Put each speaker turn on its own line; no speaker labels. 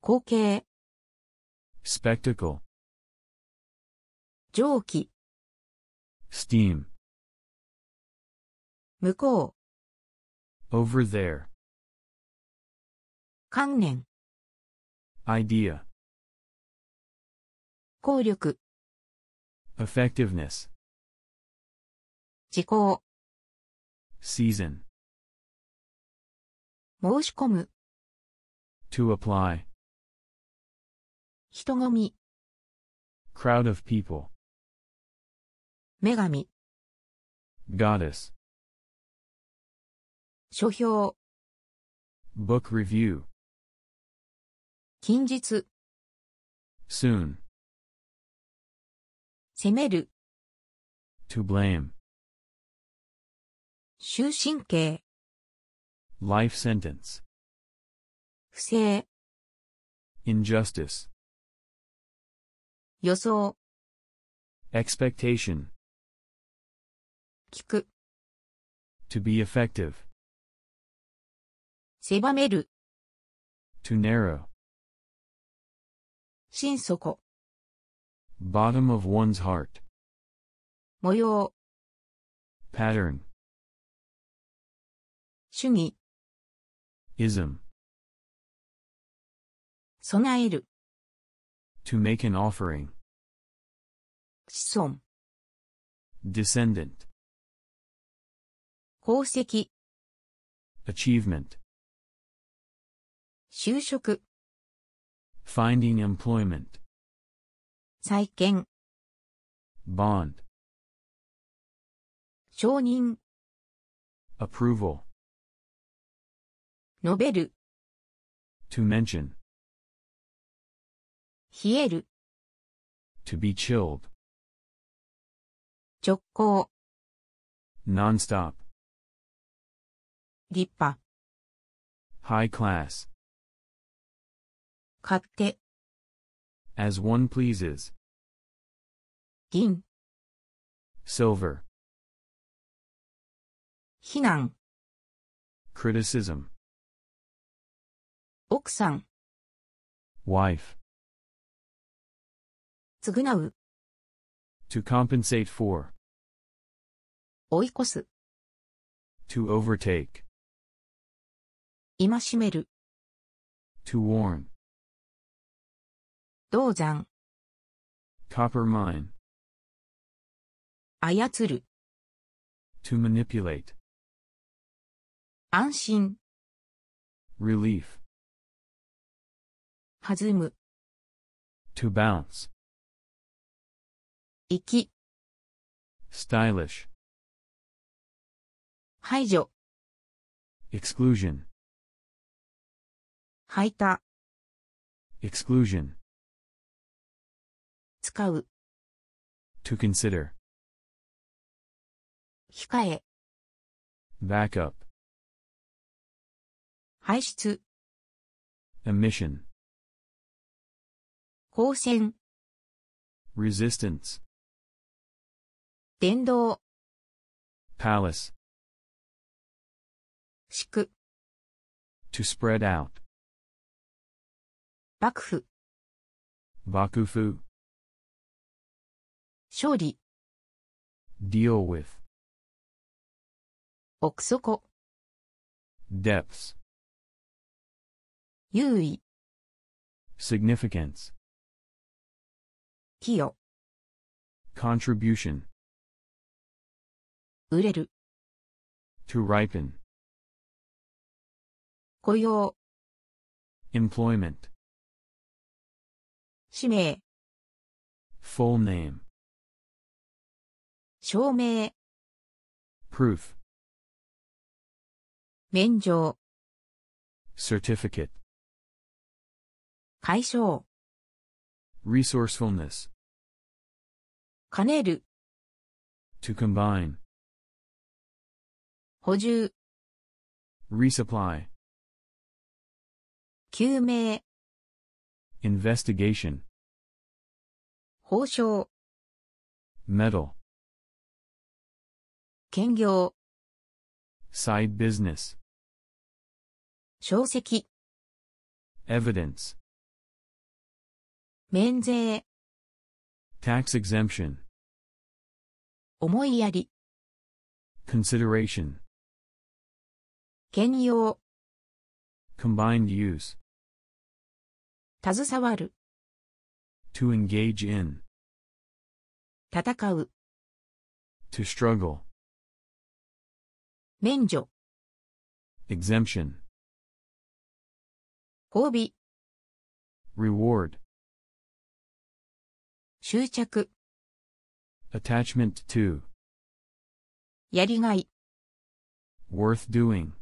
光景、
spectacle,
蒸気、
steam,
向こう、
over there,
観念、
idea,
効力、
effectiveness,
時効、
season,
申し込む、
to apply,
人混み、
crowd of people,
女神、
goddess,
書評、
book review,
近日、
soon,
責める、
to blame,
終身刑、
life sentence,
不正、
injustice,
予想、
expectation,
聞く、
to be effective,
狭める、
to narrow,
心底、
bottom of one's heart,
模様、
pattern,
主義、
ism,
備える、
to make an offering,
子孫、
descendant,
功績、
achievement,
就職、
finding employment,
再建、
bond,
承認、
approval,
述べる、
to mention,
冷える、
to be chilled,
直行、
nonstop,
立派、
high class,
勝手、
as one pleases,
銀、
silver,
避難、
criticism,
奥さん、
wife,
償う、
to compensate for,
追い越す、
to overtake,
戒める、
to warn,
銅山、
copper mine,
操る、
to manipulate,
安心、
relief,
弾む、
to bounce,
行き、
stylish,
排除、
exclusion,
排他、
exclusion,
使う、
to consider,
控え、
backup,
排出、
emission,
光線、
resistance,
電動、
palace,
敷く、
to spread out,
幕府、
bakufu,
勝利、
deal with,
奥底、
depths,
優位、
significance,
寄与、
contribution,
売れる、
to ripen,
雇用、
employment,
氏名、
full name,
証明、
proof,
免状、
certificate,
解消、
resourcefulness,
兼ねる、
to combine,
補充、
resupply,
救命、
investigation,
報奨、
metal,
兼業、
side business,
小石、
evidence,
免税、
tax exemption,
思いやり、
consideration,
兼用、
combined use,
携わる、
to engage in,
戦う、
to struggle,
免除、
exemption,
褒美、
reward,
執着、
attachment to,
やりがい。
worth doing.